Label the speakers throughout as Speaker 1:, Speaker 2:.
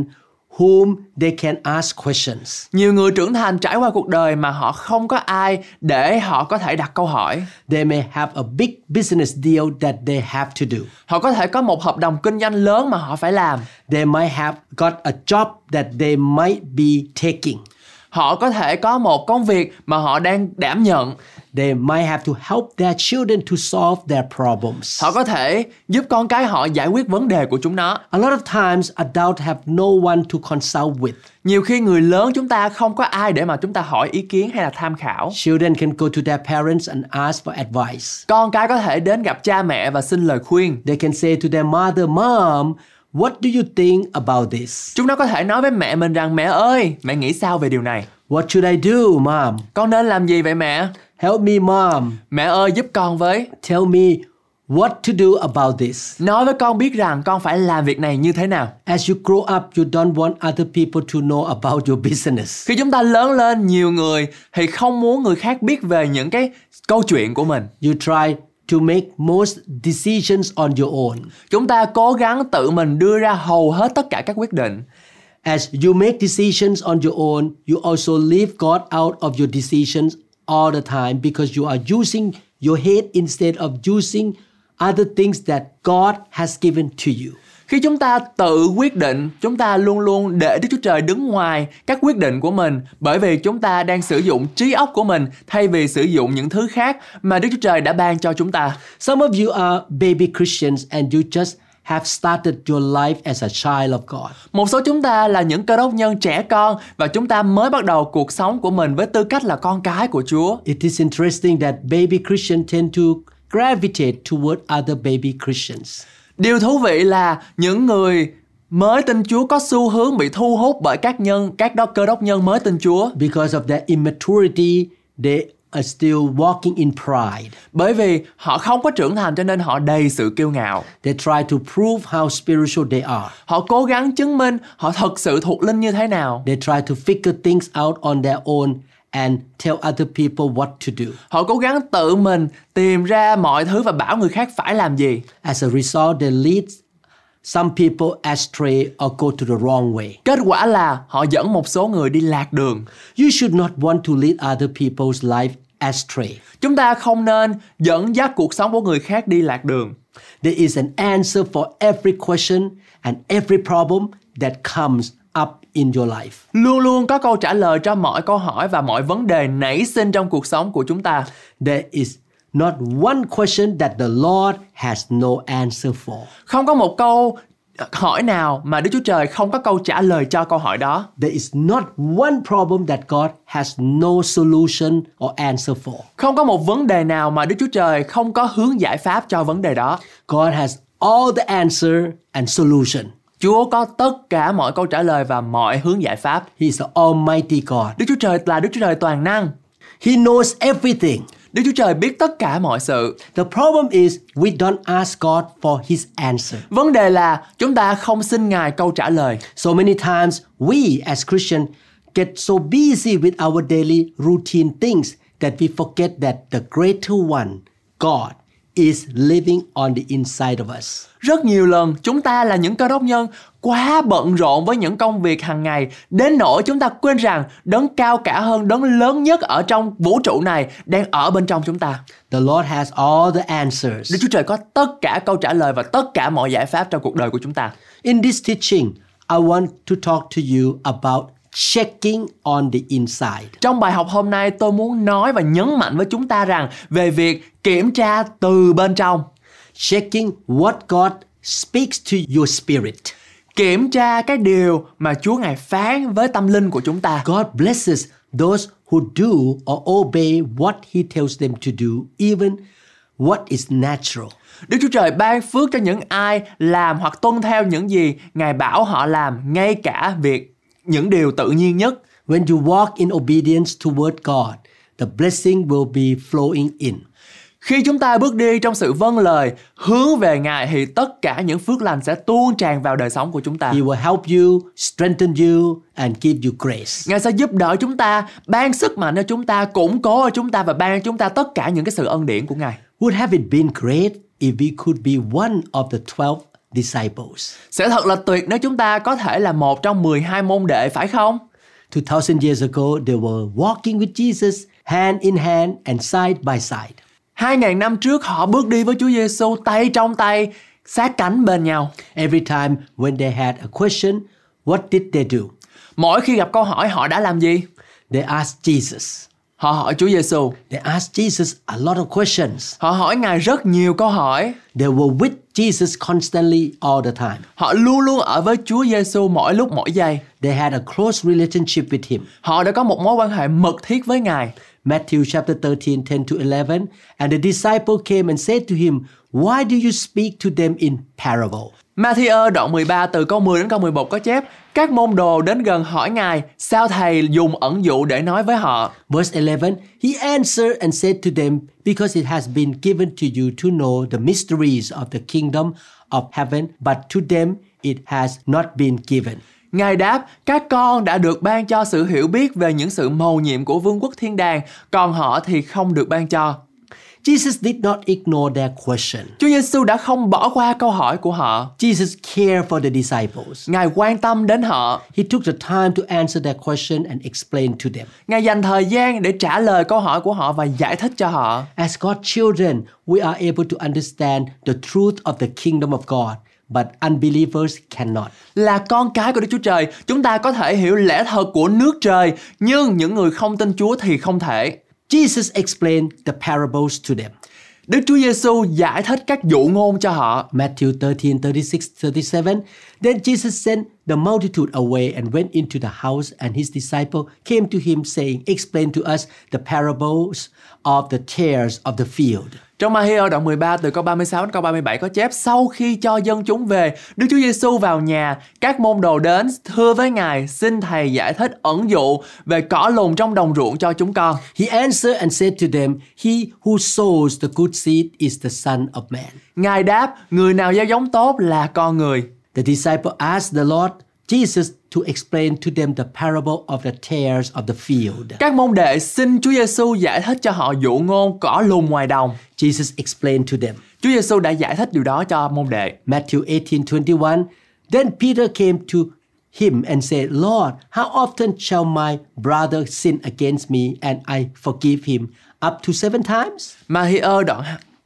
Speaker 1: whom they can ask questions.
Speaker 2: Nhiều người trưởng thành trải qua cuộc đời mà họ không có ai để họ có thể đặt câu hỏi.
Speaker 1: They may have a big business deal that they have to do.
Speaker 2: Họ có thể có một hợp đồng kinh doanh lớn mà họ phải làm.
Speaker 1: They might have got a job that they might be taking.
Speaker 2: Họ có thể có một công việc mà họ đang đảm nhận.
Speaker 1: They might have to help their children to solve their problems.
Speaker 2: Họ có thể giúp con cái họ giải quyết vấn đề của chúng nó.
Speaker 1: A lot of times, adults have no one to consult with.
Speaker 2: Nhiều khi người lớn chúng ta không có ai để mà chúng ta hỏi ý kiến hay là tham khảo.
Speaker 1: Children can go to their parents and ask for advice.
Speaker 2: Con cái có thể đến gặp cha mẹ và xin lời khuyên.
Speaker 1: They can say to their mother, Mom, what do you think about this?
Speaker 2: Chúng nó có thể nói với mẹ mình rằng mẹ ơi, mẹ nghĩ sao về điều này?
Speaker 1: What should I do, Mom?
Speaker 2: Con nên làm gì vậy mẹ?
Speaker 1: Help me, Mom.
Speaker 2: Mẹ ơi giúp con với.
Speaker 1: Tell me what to do about this.
Speaker 2: Nói với con biết rằng con phải làm việc này như thế nào.
Speaker 1: As you grow up, you don't want other people to know about your business.
Speaker 2: Khi chúng ta lớn lên, nhiều người thì không muốn người khác biết về những cái câu chuyện của mình.
Speaker 1: You try to make most decisions on your own.
Speaker 2: Chúng ta cố gắng tự mình đưa ra hầu hết tất cả các quyết định.
Speaker 1: As you make decisions on your own, you also leave God out of your decisions all the time because you are using your head instead of using other things that God has given to you.
Speaker 2: Khi chúng ta tự quyết định, chúng ta luôn luôn để Đức Chúa Trời đứng ngoài các quyết định của mình bởi vì chúng ta đang sử dụng trí óc của mình thay vì sử dụng những thứ khác mà Đức Chúa Trời đã ban cho chúng ta.
Speaker 1: Some of you are baby Christians and you just have started your life as a child of God.
Speaker 2: Một số chúng ta là những cơ đốc nhân trẻ con và chúng ta mới bắt đầu cuộc sống của mình với tư cách là con cái của Chúa.
Speaker 1: It is interesting that baby Christians tend to gravitate toward other baby Christians.
Speaker 2: Điều thú vị là những người mới tin Chúa có xu hướng bị thu hút bởi các nhân các đó cơ đốc nhân mới tin Chúa
Speaker 1: Because of their immaturity, they are still walking in pride.
Speaker 2: bởi vì họ không có trưởng thành cho nên họ đầy sự kiêu ngạo.
Speaker 1: They try to prove how spiritual they are.
Speaker 2: Họ cố gắng chứng minh họ thật sự thuộc linh như thế nào.
Speaker 1: They try to figure things out on their own and tell other people what to do.
Speaker 2: Họ cố gắng tự mình tìm ra mọi thứ và bảo người khác phải làm gì.
Speaker 1: As a result, they lead some people astray or go to the wrong way.
Speaker 2: Kết quả là họ dẫn một số người đi lạc đường.
Speaker 1: You should not want to lead other people's life astray.
Speaker 2: Chúng ta không nên dẫn dắt cuộc sống của người khác đi lạc đường.
Speaker 1: There is an answer for every question and every problem that comes up in your life.
Speaker 2: Luôn luôn có câu trả lời cho mọi câu hỏi và mọi vấn đề nảy sinh trong cuộc sống của chúng ta.
Speaker 1: There is not one question that the Lord has no answer for.
Speaker 2: Không có một câu ờ, hỏi nào mà Đức Chúa Trời không có câu trả lời cho câu hỏi đó.
Speaker 1: There is not one problem that God has no solution or answer for.
Speaker 2: Không có một vấn đề nào mà Đức Chúa Trời không có hướng giải pháp cho vấn đề đó.
Speaker 1: God has all the answer and solution.
Speaker 2: Chúa có tất cả mọi câu trả lời và mọi hướng giải pháp.
Speaker 1: He is the Almighty God.
Speaker 2: Đức Chúa Trời là Đức Chúa Trời toàn năng.
Speaker 1: He knows everything.
Speaker 2: Đức Chúa Trời biết tất cả mọi sự.
Speaker 1: The problem is we don't ask God for His answer.
Speaker 2: Vấn đề là chúng ta không xin Ngài câu trả lời.
Speaker 1: So many times we as Christian get so busy with our daily routine things that we forget that the greater one, God, is living on the inside of us.
Speaker 2: Rất nhiều lần chúng ta là những cơ đốc nhân quá bận rộn với những công việc hàng ngày đến nỗi chúng ta quên rằng đấng cao cả hơn đấng lớn nhất ở trong vũ trụ này đang ở bên trong chúng ta.
Speaker 1: The Lord has all the
Speaker 2: Đức
Speaker 1: answers.
Speaker 2: Chúa Trời có tất cả câu trả lời và tất cả mọi giải pháp trong cuộc đời của chúng ta.
Speaker 1: In this teaching, I want to talk to you about checking on the inside.
Speaker 2: Trong bài học hôm nay tôi muốn nói và nhấn mạnh với chúng ta rằng về việc kiểm tra từ bên trong.
Speaker 1: Checking what God speaks to your spirit.
Speaker 2: Kiểm tra cái điều mà Chúa Ngài phán với tâm linh của chúng ta.
Speaker 1: God blesses those who do or obey what He tells them to do, even what is natural.
Speaker 2: Đức Chúa Trời ban phước cho những ai làm hoặc tuân theo những gì Ngài bảo họ làm ngay cả việc những điều tự nhiên nhất.
Speaker 1: When you walk in obedience toward God, the blessing will be flowing in.
Speaker 2: Khi chúng ta bước đi trong sự vâng lời, hướng về Ngài thì tất cả những phước lành sẽ tuôn tràn vào đời sống của chúng ta.
Speaker 1: He will help you, strengthen you, and give you grace.
Speaker 2: Ngài sẽ giúp đỡ chúng ta, ban sức mạnh cho chúng ta, củng cố cho chúng ta và ban cho chúng ta tất cả những cái sự ân điển của Ngài.
Speaker 1: Would have it been great if we could be one of the 12 disciples?
Speaker 2: Sẽ thật là tuyệt nếu chúng ta có thể là một trong 12 môn đệ phải không?
Speaker 1: 2000 years ago, they were walking with Jesus hand in hand and side by side.
Speaker 2: Hai ngàn năm trước họ bước đi với Chúa Giêsu tay trong tay, sát cánh bên nhau.
Speaker 1: Every time when they had a question, what did they do?
Speaker 2: Mỗi khi gặp câu hỏi họ đã làm gì?
Speaker 1: They asked Jesus.
Speaker 2: Họ hỏi Chúa Giêsu.
Speaker 1: They asked Jesus a lot of questions.
Speaker 2: Họ hỏi Ngài rất nhiều câu hỏi.
Speaker 1: They were with Jesus constantly all the time.
Speaker 2: Họ luôn luôn ở với Chúa Giêsu mỗi lúc mỗi giây.
Speaker 1: They had a close relationship with him.
Speaker 2: Họ đã có một mối quan hệ mật thiết với Ngài.
Speaker 1: Matthew chapter 13, 10 to 11. And the disciple came and said to him, Why do you speak to them in parable?
Speaker 2: Matthew đoạn 13 từ câu 10 đến câu 11 có chép Các môn đồ đến gần hỏi Ngài sao Thầy dùng ẩn dụ để nói với họ.
Speaker 1: Verse 11 He answered and said to them, Because it has been given to you to know the mysteries of the kingdom of heaven, but to them it has not been given.
Speaker 2: Ngài đáp, các con đã được ban cho sự hiểu biết về những sự mầu nhiệm của vương quốc thiên đàng, còn họ thì không được ban cho.
Speaker 1: Jesus did not ignore their question.
Speaker 2: Chúa Giêsu đã không bỏ qua câu hỏi của họ.
Speaker 1: Jesus cared for the disciples.
Speaker 2: Ngài quan tâm đến họ.
Speaker 1: He took the time to answer their question and explain to them.
Speaker 2: Ngài dành thời gian để trả lời câu hỏi của họ và giải thích cho họ.
Speaker 1: As God's children, we are able to understand the truth of the kingdom of God, but unbelievers cannot.
Speaker 2: Là con cái của Đức Chúa Trời, chúng ta có thể hiểu lẽ thật của nước trời, nhưng những người không tin Chúa thì không thể.
Speaker 1: Jesus explained the parables to them.
Speaker 2: Đức Chúa Giêsu giải thích các dụ ngôn cho họ.
Speaker 1: Matthew 13, 36, 37. Then Jesus sent the multitude away and went into the house, and his disciple came to him, saying, Explain to us the parables of the tares of the field.
Speaker 2: Trong Matthew đoạn 13 từ câu 36 đến câu 37 có chép sau khi cho dân chúng về, Đức Chúa Giêsu vào nhà, các môn đồ đến thưa với Ngài, xin Thầy giải thích ẩn dụ về cỏ lùn trong đồng ruộng cho chúng con.
Speaker 1: He answered and said to them, He who sows the good seed is the Son of Man.
Speaker 2: Ngài đáp, người nào gieo giống tốt là con người.
Speaker 1: The disciple asked the Lord Jesus to explain to them the parable of the tares of the field.
Speaker 2: Các môn đệ xin Chúa Giêsu giải thích cho họ dụ ngôn cỏ lùn ngoài đồng.
Speaker 1: Jesus explained to them.
Speaker 2: Chúa Giêsu đã giải thích điều đó cho môn đệ.
Speaker 1: Matthew 18 21. Then Peter came to him and said, Lord, how often shall my brother sin against me and I forgive him? Up to seven times?
Speaker 2: Matthew đoạn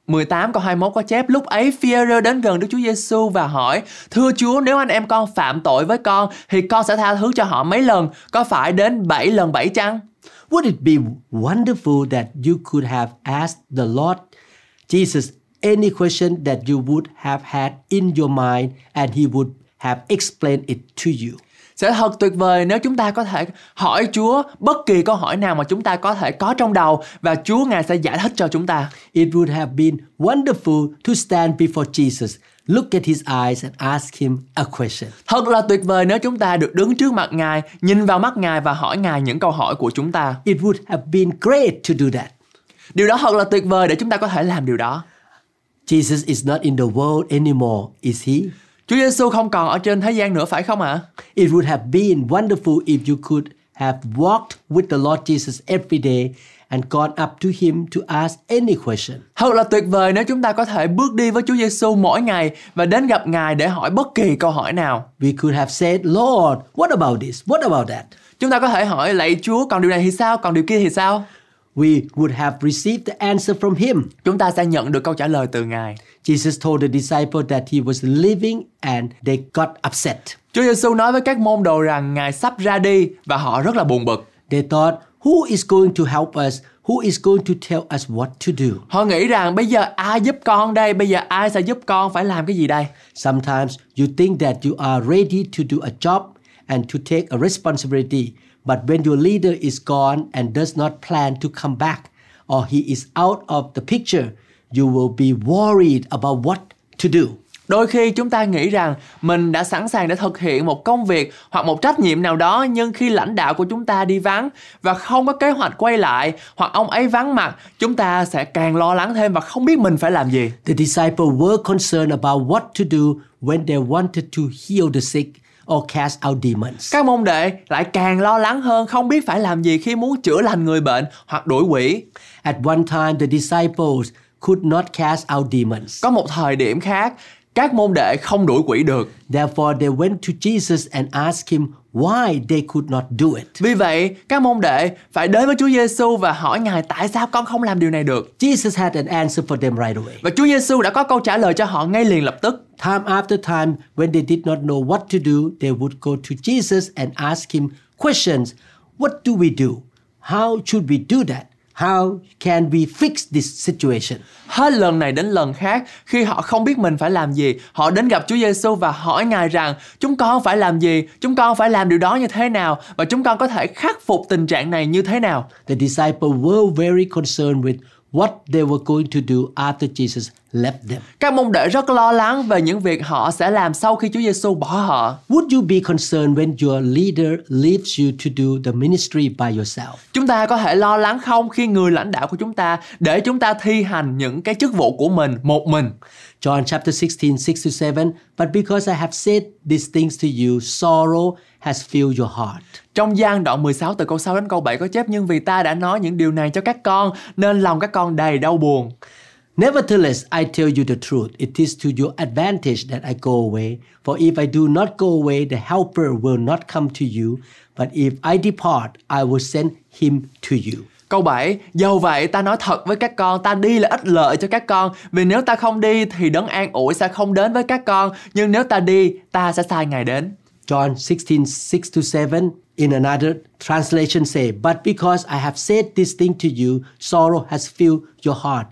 Speaker 2: 18 câu 21 có chép lúc ấy Phi-e-rơ đến gần Đức Chúa Giêsu và hỏi: "Thưa Chúa, nếu anh em con phạm tội với con thì con sẽ tha thứ cho họ mấy lần? Có phải đến 7 lần 7 chăng?"
Speaker 1: Would it be wonderful that you could have asked the Lord Jesus any question that you would have had in your mind and he would have explained it to you?
Speaker 2: Sẽ thật tuyệt vời nếu chúng ta có thể hỏi Chúa bất kỳ câu hỏi nào mà chúng ta có thể có trong đầu và Chúa Ngài sẽ giải thích cho chúng ta.
Speaker 1: It would have been wonderful to stand before Jesus, look at his eyes, and ask him a question.
Speaker 2: Thật là tuyệt vời nếu chúng ta được đứng trước mặt Ngài, nhìn vào mắt Ngài và hỏi Ngài những câu hỏi của chúng ta.
Speaker 1: It would have been great to do that.
Speaker 2: Điều đó thật là tuyệt vời để chúng ta có thể làm điều đó.
Speaker 1: Jesus is not in the world anymore, is he?
Speaker 2: Chúa Giêsu không còn ở trên thế gian nữa phải không ạ?
Speaker 1: It would have been wonderful if you could have walked with the Lord Jesus every day and gone up to him to ask any question.
Speaker 2: Thật là tuyệt vời nếu chúng ta có thể bước đi với Chúa Giêsu mỗi ngày và đến gặp Ngài để hỏi bất kỳ câu hỏi nào.
Speaker 1: We could have said, Lord, what about this? What about that?
Speaker 2: Chúng ta có thể hỏi lạy Chúa còn điều này thì sao, còn điều kia thì sao?
Speaker 1: We would have received the answer from him.
Speaker 2: Chúng ta sẽ nhận được câu trả lời từ Ngài.
Speaker 1: Jesus told the disciple that he was leaving and they got upset.
Speaker 2: Chúa Giêsu nói với các môn đồ rằng Ngài sắp ra đi và họ rất là buồn bực.
Speaker 1: They thought, who is going to help us? Who is going to tell us what to do?
Speaker 2: Họ nghĩ rằng bây giờ ai giúp con đây, bây giờ ai sẽ giúp con phải làm cái gì đây?
Speaker 1: Sometimes you think that you are ready to do a job and to take a responsibility, but when your leader is gone and does not plan to come back, or he is out of the picture, you will be worried about what to do.
Speaker 2: Đôi khi chúng ta nghĩ rằng mình đã sẵn sàng để thực hiện một công việc hoặc một trách nhiệm nào đó nhưng khi lãnh đạo của chúng ta đi vắng và không có kế hoạch quay lại hoặc ông ấy vắng mặt, chúng ta sẽ càng lo lắng thêm và không biết mình phải làm gì.
Speaker 1: The disciples were concerned about what to do when they wanted to heal the sick or cast out demons.
Speaker 2: Các môn đệ lại càng lo lắng hơn không biết phải làm gì khi muốn chữa lành người bệnh hoặc đuổi quỷ.
Speaker 1: At one time, the disciples could not cast out demons.
Speaker 2: Có một thời điểm khác, các môn đệ không đuổi quỷ được.
Speaker 1: Therefore, they went to Jesus and asked him why they could not do it.
Speaker 2: Vì vậy, các môn đệ phải đến với Chúa Giêsu và hỏi Ngài tại sao con không làm điều này được.
Speaker 1: Jesus had an answer for them right away.
Speaker 2: Và Chúa Giêsu đã có câu trả lời cho họ ngay liền lập tức.
Speaker 1: Time after time, when they did not know what to do, they would go to Jesus and ask him questions. What do we do? How should we do that? How can we fix this situation?
Speaker 2: Hết lần này đến lần khác, khi họ không biết mình phải làm gì, họ đến gặp Chúa Giêsu và hỏi Ngài rằng chúng con phải làm gì, chúng con phải làm điều đó như thế nào và chúng con có thể khắc phục tình trạng này như thế nào.
Speaker 1: The disciples were very concerned with what they were going to do after Jesus left them.
Speaker 2: Các môn đệ rất lo lắng về những việc họ sẽ làm sau khi Chúa Giêsu bỏ họ.
Speaker 1: Would you be concerned when your leader leaves you to do the ministry by yourself?
Speaker 2: Chúng ta có thể lo lắng không khi người lãnh đạo của chúng ta để chúng ta thi hành những cái chức vụ của mình một mình.
Speaker 1: John chapter 16, 6 to 7. But because I have said these things to you, sorrow has filled your heart.
Speaker 2: Trong gian đoạn 16 từ câu 6 đến câu 7 có chép nhưng vì ta đã nói những điều này cho các con nên lòng các con đầy đau buồn.
Speaker 1: Nevertheless, I tell you the truth. It is to your advantage that I go away. For if I do not go away, the Helper will not come to you. But if I depart, I will send him to you.
Speaker 2: Câu 7, dầu vậy ta nói thật với các con, ta đi là ích lợi cho các con, vì nếu ta không đi thì đấng an ủi sẽ không đến với các con, nhưng nếu ta đi, ta sẽ sai Ngài đến.
Speaker 1: John 16, 6 to 7, in another translation say, But because I have said this thing to you, sorrow has filled your heart.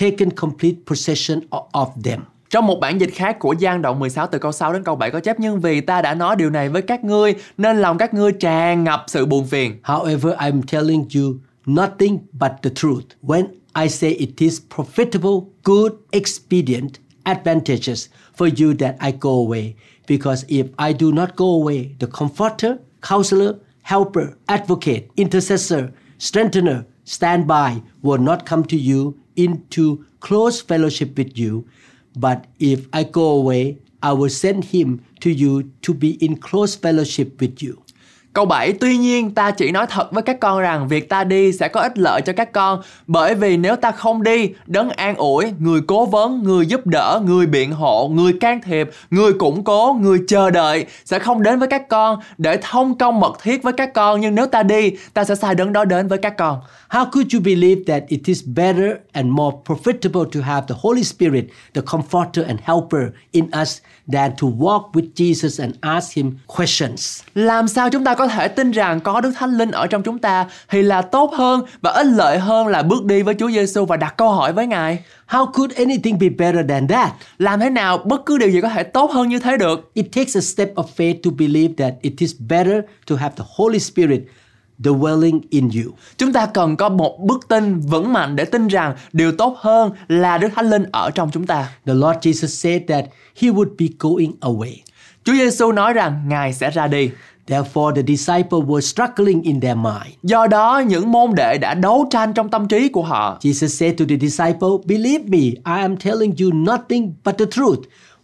Speaker 1: taken complete possession o- of them.
Speaker 2: Trong một bản dịch khác của Giang đoạn 16 từ câu 6 đến câu 7 có chép nhưng vì ta đã nói điều này với các ngươi nên lòng các ngươi tràn ngập sự buồn phiền.
Speaker 1: However, I'm telling you nothing but the truth. When I say it is profitable, good, expedient, advantageous for you that I go away, because if I do not go away, the comforter, counselor, helper, advocate, intercessor, strengthener, standby will not come to you into close fellowship with you. But if I go away, I will send him to you to be in close fellowship with you.
Speaker 2: Câu 7, tuy nhiên ta chỉ nói thật với các con rằng việc ta đi sẽ có ích lợi cho các con bởi vì nếu ta không đi, đấng an ủi, người cố vấn, người giúp đỡ, người biện hộ, người can thiệp, người củng cố, người chờ đợi sẽ không đến với các con để thông công mật thiết với các con nhưng nếu ta đi, ta sẽ sai đấng đó đến với các con.
Speaker 1: How could you believe that it is better and more profitable to have the Holy Spirit, the comforter and helper in us than to walk with Jesus and ask him questions?
Speaker 2: Làm sao chúng ta có thể tin rằng có Đức Thánh Linh ở trong chúng ta thì là tốt hơn và ích lợi hơn là bước đi với Chúa Giêsu và đặt câu hỏi với Ngài.
Speaker 1: How could anything be better than that?
Speaker 2: Làm thế nào bất cứ điều gì có thể tốt hơn như thế được?
Speaker 1: It takes a step of faith to believe that it is better to have the Holy Spirit dwelling in you.
Speaker 2: Chúng ta cần có một bước tin vững mạnh để tin rằng điều tốt hơn là Đức Thánh Linh ở trong chúng ta.
Speaker 1: The Lord Jesus said that he would be going away.
Speaker 2: Chúa Giêsu nói rằng Ngài sẽ ra đi.
Speaker 1: Therefore, the disciples were struggling in their mind.
Speaker 2: Do đó, những môn đệ đã đấu tranh trong tâm trí của họ.
Speaker 1: Jesus said to the disciple, Believe me, I am telling you nothing but the truth.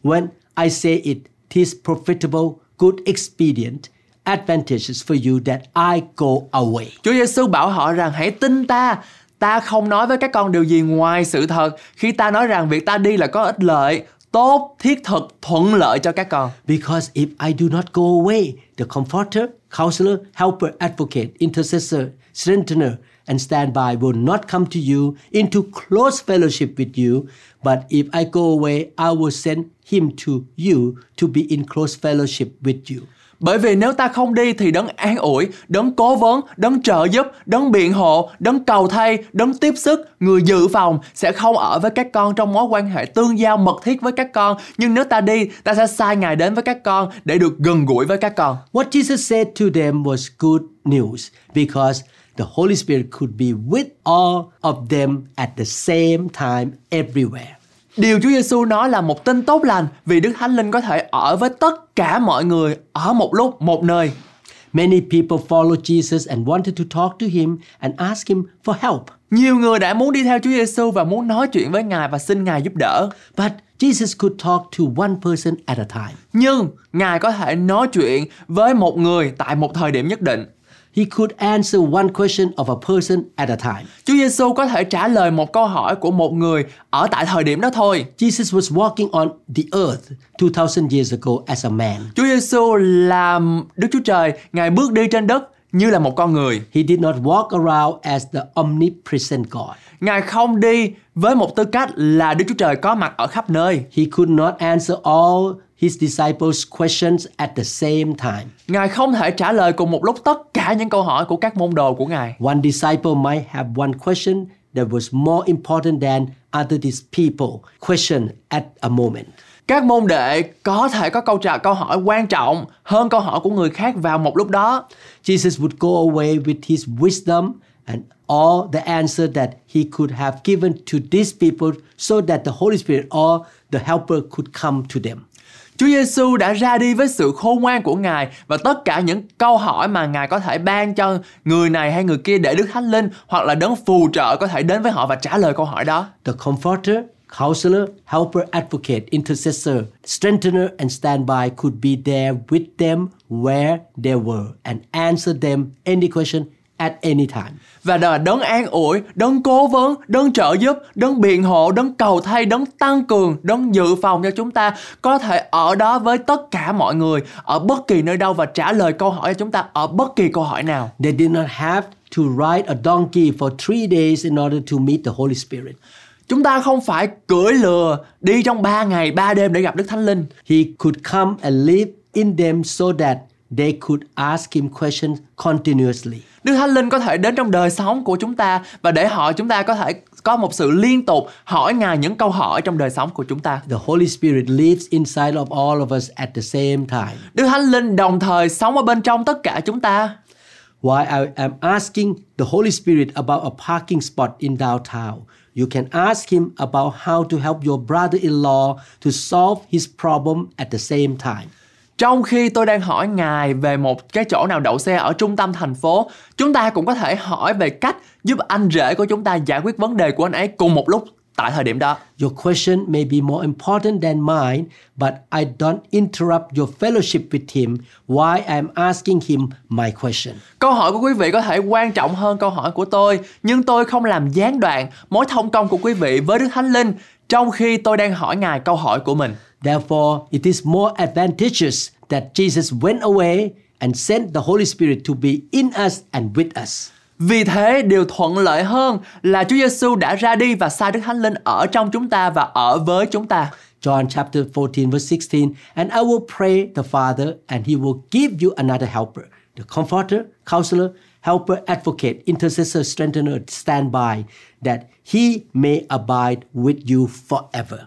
Speaker 1: When I say it, 'tis profitable, good expedient, advantageous for you that I go away.
Speaker 2: Chúa Giêsu bảo họ rằng hãy tin ta, ta không nói với các con điều gì ngoài sự thật khi ta nói rằng việc ta đi là có ích lợi, tốt, thiết thực, thuận lợi cho các con.
Speaker 1: Because if I do not go away, the comforter, counselor, helper, advocate, intercessor, strengthener, and standby will not come to you into close fellowship with you. But if I go away, I will send him to you to be in close fellowship with you.
Speaker 2: Bởi vì nếu ta không đi thì đấng an ủi, đấng cố vấn, đấng trợ giúp, đấng biện hộ, đấng cầu thay, đấng tiếp sức, người dự phòng sẽ không ở với các con trong mối quan hệ tương giao mật thiết với các con. Nhưng nếu ta đi, ta sẽ sai Ngài đến với các con để được gần gũi với các con.
Speaker 1: What Jesus said to them was good news because the Holy Spirit could be with all of them at the same time everywhere.
Speaker 2: Điều Chúa Giêsu nói là một tin tốt lành vì Đức Thánh Linh có thể ở với tất cả mọi người ở một lúc, một nơi.
Speaker 1: Many people followed Jesus and wanted to talk to him and ask him for help.
Speaker 2: Nhiều người đã muốn đi theo Chúa Giêsu và muốn nói chuyện với Ngài và xin Ngài giúp đỡ.
Speaker 1: But Jesus could talk to one person at a time.
Speaker 2: Nhưng Ngài có thể nói chuyện với một người tại một thời điểm nhất định.
Speaker 1: He could answer one question of a person at a time.
Speaker 2: Chúa Giêsu có thể trả lời một câu hỏi của một người ở tại thời điểm đó thôi.
Speaker 1: Jesus was walking on the earth 2000 years ago as a man.
Speaker 2: Chúa Giêsu là Đức Chúa Trời, Ngài bước đi trên đất như là một con người.
Speaker 1: He did not walk around as the omnipresent God.
Speaker 2: Ngài không đi với một tư cách là Đức Chúa Trời có mặt ở khắp nơi.
Speaker 1: He could not answer all his disciples' questions at the same time.
Speaker 2: Ngài không thể trả lời cùng một lúc tất cả những câu hỏi của các môn đồ của Ngài.
Speaker 1: One disciple might have one question that was more important than other these people question at a moment.
Speaker 2: Các môn đệ có thể có câu trả câu hỏi quan trọng hơn câu hỏi của người khác vào một lúc đó.
Speaker 1: Jesus would go away with his wisdom and all the answer that he could have given to these people so that the Holy Spirit or the helper could come to them.
Speaker 2: Chúa Giêsu đã ra đi với sự khôn ngoan của Ngài và tất cả những câu hỏi mà Ngài có thể ban cho người này hay người kia để Đức Thánh Linh hoặc là đấng phù trợ có thể đến với họ và trả lời câu hỏi đó.
Speaker 1: The comforter, counselor, helper, advocate, intercessor, strengthener, and standby could be there with them where they were and answer them any question at any time.
Speaker 2: Và đó là đấng an ủi, đấng cố vấn, đấng trợ giúp, đấng biện hộ, đấng cầu thay, đấng tăng cường, đấng dự phòng cho chúng ta có thể ở đó với tất cả mọi người ở bất kỳ nơi đâu và trả lời câu hỏi cho chúng ta ở bất kỳ câu hỏi nào.
Speaker 1: They did not have to ride a donkey for three days in order to meet the Holy Spirit.
Speaker 2: Chúng ta không phải cưỡi lừa đi trong 3 ngày 3 đêm để gặp Đức Thánh Linh.
Speaker 1: He could come and live in them so that they could ask him questions continuously.
Speaker 2: Đức Thánh Linh có thể đến trong đời sống của chúng ta và để họ chúng ta có thể có một sự liên tục hỏi Ngài những câu hỏi trong đời sống của chúng ta.
Speaker 1: The Holy Spirit lives inside of all of us at the same time.
Speaker 2: Đức Thánh Linh đồng thời sống ở bên trong tất cả chúng ta.
Speaker 1: Why I am asking the Holy Spirit about a parking spot in downtown. You can ask him about how to help your brother-in-law to solve his problem at the same time.
Speaker 2: Trong khi tôi đang hỏi Ngài về một cái chỗ nào đậu xe ở trung tâm thành phố, chúng ta cũng có thể hỏi về cách giúp anh rể của chúng ta giải quyết vấn đề của anh ấy cùng một lúc tại thời điểm đó.
Speaker 1: Your question may be more important than mine, but I don't interrupt your fellowship with him Why I am asking him my question.
Speaker 2: Câu hỏi của quý vị có thể quan trọng hơn câu hỏi của tôi, nhưng tôi không làm gián đoạn mối thông công của quý vị với Đức Thánh Linh trong khi tôi đang hỏi Ngài câu hỏi của mình.
Speaker 1: Therefore, it is more advantageous that Jesus went away and sent the Holy Spirit to be in us and with us.
Speaker 2: Vì thế, điều thuận lợi hơn là Chúa Giêsu đã ra đi và sai Đức Thánh Linh ở trong chúng ta và ở với chúng ta.
Speaker 1: John chapter 14, verse 16 And I will pray the Father, and he will give you another helper, the comforter, counselor, helper, advocate, intercessor, strengthener, standby, that he may abide with you forever.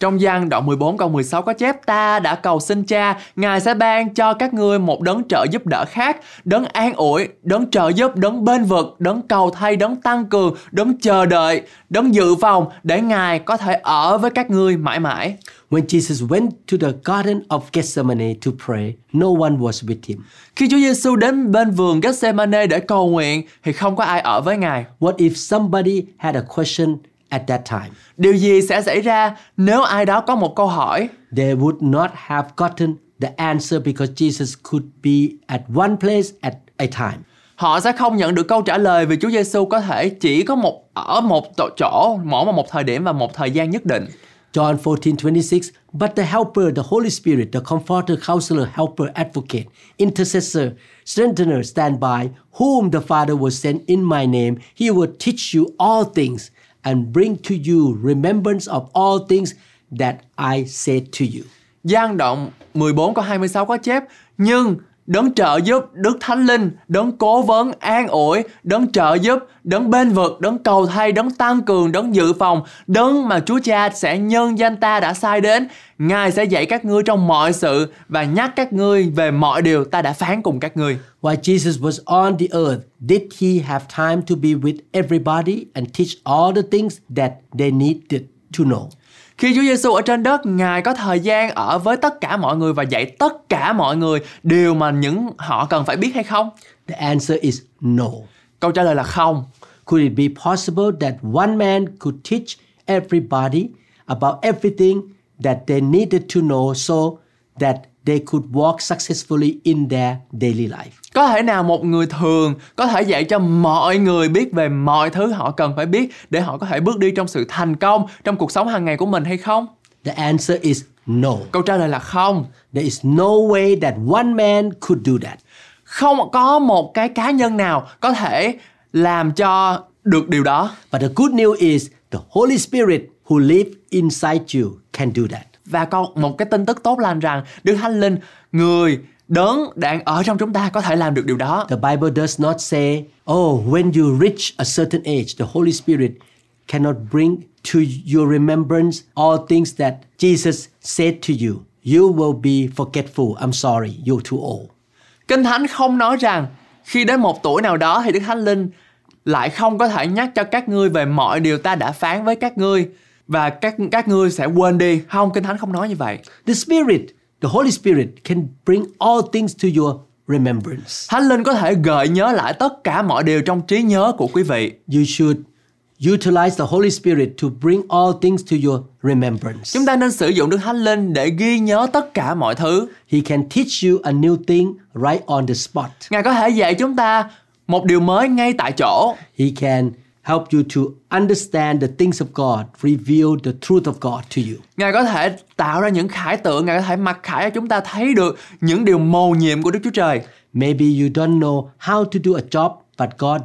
Speaker 2: Trong gian đoạn 14 câu 16 có chép ta đã cầu xin cha, Ngài sẽ ban cho các ngươi một đấng trợ giúp đỡ khác, đấng an ủi, đấng trợ giúp, đấng bên vực, đấng cầu thay, đấng tăng cường, đấng chờ đợi, đấng dự phòng để Ngài có thể ở với các ngươi mãi mãi.
Speaker 1: When Jesus went to the Garden of Gethsemane to pray, no one was with him.
Speaker 2: Khi Chúa Giêsu đến bên vườn Gethsemane để cầu nguyện thì không có ai ở với Ngài.
Speaker 1: What if somebody had a question at that time?
Speaker 2: Điều gì sẽ xảy ra nếu ai đó có một câu hỏi?
Speaker 1: They would not have gotten the answer because Jesus could be at one place at a time.
Speaker 2: Họ sẽ không nhận được câu trả lời vì Chúa Giêsu có thể chỉ có một ở một tổ- chỗ, mỗi một thời điểm và một thời gian nhất định.
Speaker 1: John 14, 26, but the helper, the Holy Spirit, the comforter, counselor, helper, advocate, intercessor, strengthener, standby, whom the Father will send in my name, he will teach you all things and bring to you remembrance of all things that I said to you.
Speaker 2: Giang động 14 câu 26 có chép Nhưng đấng trợ giúp Đức Thánh Linh, đấng cố vấn, an ủi, đấng trợ giúp, đấng bên vực, đấng cầu thay, đấng tăng cường, đấng dự phòng, đấng mà Chúa Cha sẽ nhân danh ta đã sai đến. Ngài sẽ dạy các ngươi trong mọi sự và nhắc các ngươi về mọi điều ta đã phán cùng các ngươi.
Speaker 1: While Jesus was on the earth, did he have time to be with everybody and teach all the things that they needed to know?
Speaker 2: Khi Chúa Giêsu ở trên đất, Ngài có thời gian ở với tất cả mọi người và dạy tất cả mọi người điều mà những họ cần phải biết hay không?
Speaker 1: The answer is no.
Speaker 2: Câu trả lời là không.
Speaker 1: Could it be possible that one man could teach everybody about everything that they needed to know so that they could walk successfully in their daily life?
Speaker 2: Có thể nào một người thường có thể dạy cho mọi người biết về mọi thứ họ cần phải biết để họ có thể bước đi trong sự thành công trong cuộc sống hàng ngày của mình hay không?
Speaker 1: The answer is no.
Speaker 2: Câu trả lời là không.
Speaker 1: There is no way that one man could do that.
Speaker 2: Không có một cái cá nhân nào có thể làm cho được điều đó.
Speaker 1: But the good news is the Holy Spirit who lives inside you can do that.
Speaker 2: Và có một cái tin tức tốt lành rằng Đức Thánh Linh, người đấng đang ở trong chúng ta có thể làm được điều đó.
Speaker 1: The Bible does not say, oh, when you reach a certain age, the Holy Spirit cannot bring to your remembrance all things that Jesus said to you. You will be forgetful. I'm sorry, you're too old.
Speaker 2: Kinh Thánh không nói rằng khi đến một tuổi nào đó thì Đức Thánh Linh lại không có thể nhắc cho các ngươi về mọi điều ta đã phán với các ngươi và các các ngươi sẽ quên đi. Không, Kinh Thánh không nói như vậy.
Speaker 1: The Spirit, the Holy Spirit, can bring all things to your remembrance.
Speaker 2: Thánh Linh có thể gợi nhớ lại tất cả mọi điều trong trí nhớ của quý vị.
Speaker 1: You should utilize the Holy Spirit to bring all things to your remembrance.
Speaker 2: Chúng ta nên sử dụng Đức Thánh Linh để ghi nhớ tất cả mọi thứ.
Speaker 1: He can teach you a new thing right on the spot.
Speaker 2: Ngài có thể dạy chúng ta một điều mới ngay tại chỗ.
Speaker 1: He can help you to understand the things of God, reveal the truth of God to you.
Speaker 2: Ngài có thể tạo ra những khải tượng, Ngài có thể mặc khải cho chúng ta thấy được những điều mầu nhiệm của Đức Chúa Trời.
Speaker 1: Maybe you don't know how to do a job, but God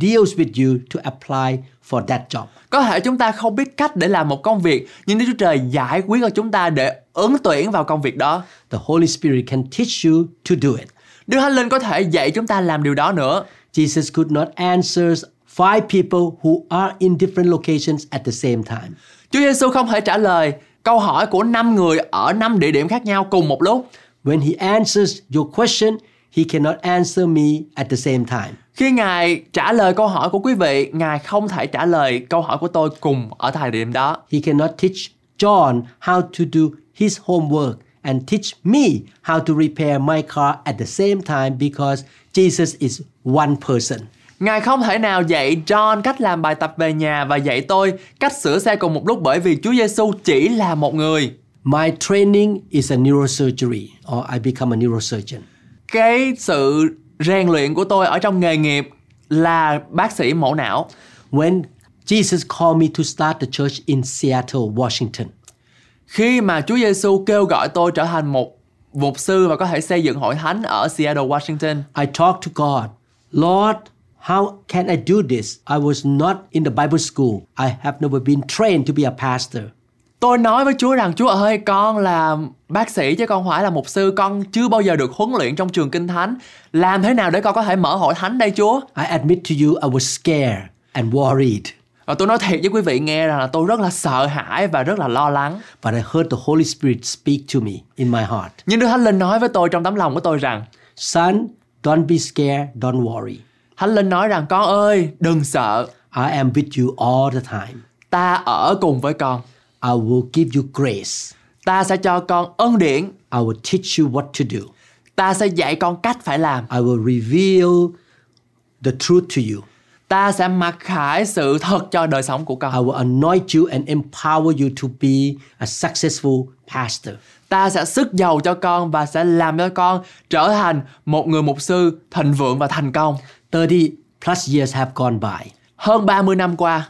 Speaker 1: deals with you to apply for that job.
Speaker 2: Có thể chúng ta không biết cách để làm một công việc, nhưng Đức Chúa Trời giải quyết cho chúng ta để ứng tuyển vào công việc đó.
Speaker 1: The Holy Spirit can teach you to do it.
Speaker 2: Đức Thánh Linh có thể dạy chúng ta làm điều đó nữa.
Speaker 1: Jesus could not answer five people who are in different locations at the same time.
Speaker 2: Chúa Giêsu không thể trả lời câu hỏi của 5 người ở 5 địa điểm khác nhau cùng một lúc.
Speaker 1: When he answers your question, he cannot answer me at the same time.
Speaker 2: Khi Ngài trả lời câu hỏi của quý vị, Ngài không thể trả lời câu hỏi của tôi cùng ở thời điểm đó.
Speaker 1: He cannot teach John how to do his homework and teach me how to repair my car at the same time because Jesus is one person.
Speaker 2: Ngài không thể nào dạy John cách làm bài tập về nhà và dạy tôi cách sửa xe cùng một lúc bởi vì Chúa Giêsu chỉ là một người.
Speaker 1: My training is a neurosurgery, or I become a neurosurgeon.
Speaker 2: Cái sự rèn luyện của tôi ở trong nghề nghiệp là bác sĩ mổ não.
Speaker 1: When Jesus called me to start the church in Seattle, Washington,
Speaker 2: Khi mà Chúa Giêsu kêu gọi tôi trở thành một mục sư và có thể xây dựng hội thánh ở Seattle, Washington,
Speaker 1: I talked to God, Lord, how can I do this? I was not in the Bible school. I have never been trained to be a pastor.
Speaker 2: Tôi nói với Chúa rằng Chúa ơi con là bác sĩ chứ con không phải là mục sư Con chưa bao giờ được huấn luyện trong trường kinh thánh Làm thế nào để con có thể mở hội thánh đây Chúa
Speaker 1: I admit to you, I was scared and worried.
Speaker 2: Và Ờ, tôi nói thiệt với quý vị nghe rằng là tôi rất là sợ hãi và rất là lo lắng
Speaker 1: But I heard the Holy Spirit speak to me in my heart
Speaker 2: Nhưng Đức Thánh Linh nói với tôi trong tấm lòng của tôi rằng
Speaker 1: Son, don't be scared, don't worry.
Speaker 2: Thánh Linh nói rằng con ơi đừng sợ
Speaker 1: I am with you all the time.
Speaker 2: Ta ở cùng với con
Speaker 1: I will give you grace.
Speaker 2: Ta sẽ cho con ân điển
Speaker 1: I will teach you what to do.
Speaker 2: Ta sẽ dạy con cách phải làm
Speaker 1: I will reveal the truth to you.
Speaker 2: Ta sẽ mặc khải sự thật cho đời sống của
Speaker 1: I
Speaker 2: con
Speaker 1: will anoint you and empower you to be a successful pastor.
Speaker 2: ta sẽ sức giàu cho con và sẽ làm cho con trở thành một người mục sư thịnh vượng và thành công.
Speaker 1: 30 plus years have gone by.
Speaker 2: Hơn 30 năm qua,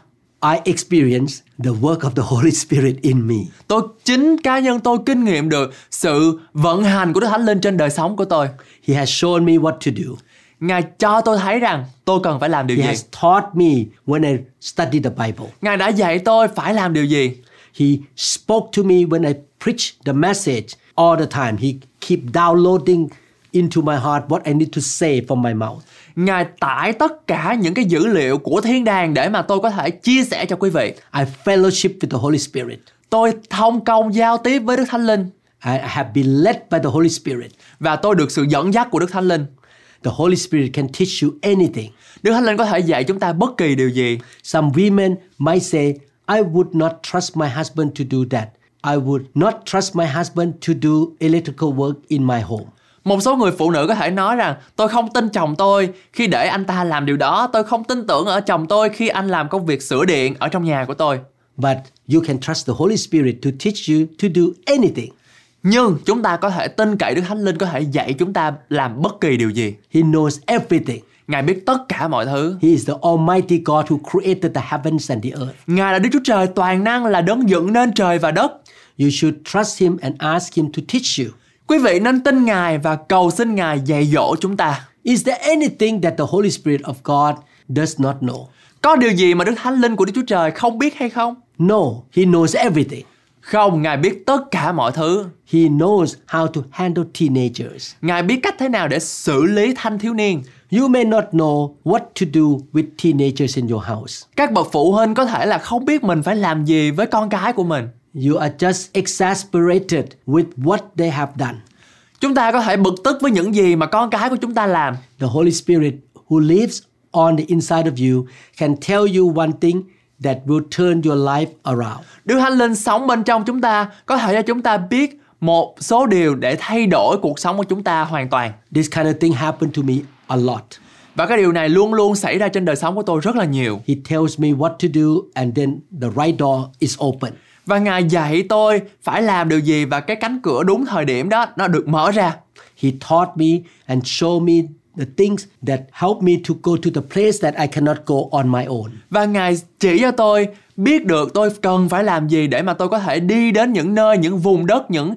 Speaker 1: I experienced the work of the Holy Spirit in me.
Speaker 2: tôi chính cá nhân tôi kinh nghiệm được sự vận hành của Đức Thánh Linh trên đời sống của tôi.
Speaker 1: He has shown me what to do.
Speaker 2: Ngài cho tôi thấy rằng tôi cần phải làm điều
Speaker 1: He
Speaker 2: gì.
Speaker 1: has taught me when I studied the Bible.
Speaker 2: Ngài đã dạy tôi phải làm điều gì.
Speaker 1: He spoke to me when I preached the message all the time. He keep downloading into my heart what I need to say from my mouth.
Speaker 2: Ngài tải tất cả những cái dữ liệu của thiên đàng để mà tôi có thể chia sẻ cho quý vị.
Speaker 1: I fellowship with the Holy Spirit.
Speaker 2: Tôi thông công giao tiếp với Đức Thánh Linh
Speaker 1: I have been led by the Holy Spirit.
Speaker 2: và tôi được sự dẫn dắt của Đức Thánh Linh.
Speaker 1: The Holy Spirit can teach you anything.
Speaker 2: Đức Thánh Linh có thể dạy chúng ta bất kỳ điều gì.
Speaker 1: Some women might say, I would not trust my husband to do that. I would not trust my husband to do electrical work in my home.
Speaker 2: Một số người phụ nữ có thể nói rằng tôi không tin chồng tôi khi để anh ta làm điều đó, tôi không tin tưởng ở chồng tôi khi anh làm công việc sửa điện ở trong nhà của tôi.
Speaker 1: But you can trust the Holy Spirit to teach you to do anything.
Speaker 2: Nhưng chúng ta có thể tin cậy Đức Thánh Linh có thể dạy chúng ta làm bất kỳ điều gì.
Speaker 1: He knows everything.
Speaker 2: Ngài biết tất cả mọi thứ.
Speaker 1: He is the Almighty God who created the heavens and the earth.
Speaker 2: Ngài là Đức Chúa Trời toàn năng là đấng dựng nên trời và đất.
Speaker 1: You should trust Him and ask Him to teach you.
Speaker 2: Quý vị nên tin Ngài và cầu xin Ngài dạy dỗ chúng ta.
Speaker 1: Is there anything that the Holy Spirit of God does not know?
Speaker 2: Có điều gì mà Đức Thánh Linh của Đức Chúa Trời không biết hay không?
Speaker 1: No, He knows everything.
Speaker 2: Không, Ngài biết tất cả mọi thứ.
Speaker 1: He knows how to handle teenagers.
Speaker 2: Ngài biết cách thế nào để xử lý thanh thiếu niên.
Speaker 1: You may not know what to do with teenagers in your house.
Speaker 2: các bậc phụ huynh có thể là không biết mình phải làm gì với con cái của mình
Speaker 1: You are just exasperated with what they have done.
Speaker 2: chúng ta có thể bực tức với những gì mà con cái của chúng ta làm
Speaker 1: The Holy Spirit, who lives on the inside of you, can tell you one thing that will turn your life around.
Speaker 2: đức thánh linh sống bên trong chúng ta có thể cho chúng ta biết một số điều để thay đổi cuộc sống của chúng ta hoàn toàn
Speaker 1: This kind of thing happened to me a lot.
Speaker 2: và cái điều này luôn luôn xảy ra trên đời sống của tôi rất là nhiều
Speaker 1: He tells me what to do, and then the right door is open.
Speaker 2: và ngài dạy tôi phải làm điều gì và cái cánh cửa đúng thời điểm đó nó được mở ra
Speaker 1: He taught me and showed me the things that help me to go to the place that I cannot go on my own.
Speaker 2: và ngài chỉ cho tôi biết được tôi cần phải làm gì để mà tôi có thể đi đến những nơi những vùng đất những